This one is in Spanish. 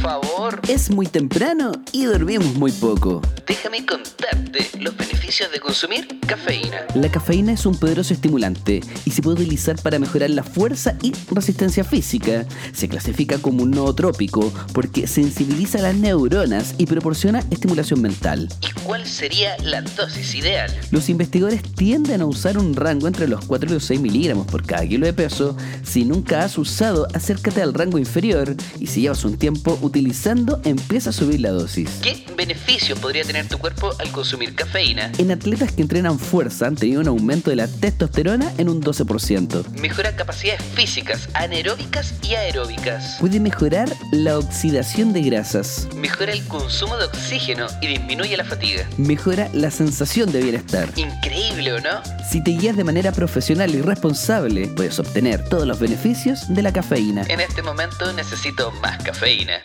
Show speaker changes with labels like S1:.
S1: favor.
S2: Es muy temprano y dormimos muy poco.
S1: Déjame contarte los beneficios de consumir cafeína.
S2: La cafeína es un poderoso estimulante y se puede utilizar para mejorar la fuerza y resistencia física. Se clasifica como un nootrópico porque sensibiliza las neuronas y proporciona estimulación mental.
S1: ¿Y cuál sería la dosis ideal?
S2: Los investigadores tienden a usar un rango entre los 4 y los 6 miligramos por cada kilo de peso. Si nunca has usado, acércate al rango inferior y si llevas un tiempo utilizando, empieza a subir la dosis.
S1: ¿Qué beneficios podría tener tu cuerpo al consumir cafeína?
S2: En atletas que entrenan fuerza han tenido un aumento de la testosterona en un 12%.
S1: Mejora capacidades físicas, anaeróbicas y aeróbicas.
S2: Puede mejorar la oxidación de grasas.
S1: Mejora el consumo de oxígeno y disminuye la fatiga.
S2: Mejora la sensación de bienestar.
S1: Increíble, ¿o no?
S2: Si te guías de manera profesional y responsable, puedes obtener todos los beneficios de la cafeína.
S1: En este momento necesito más cafeína.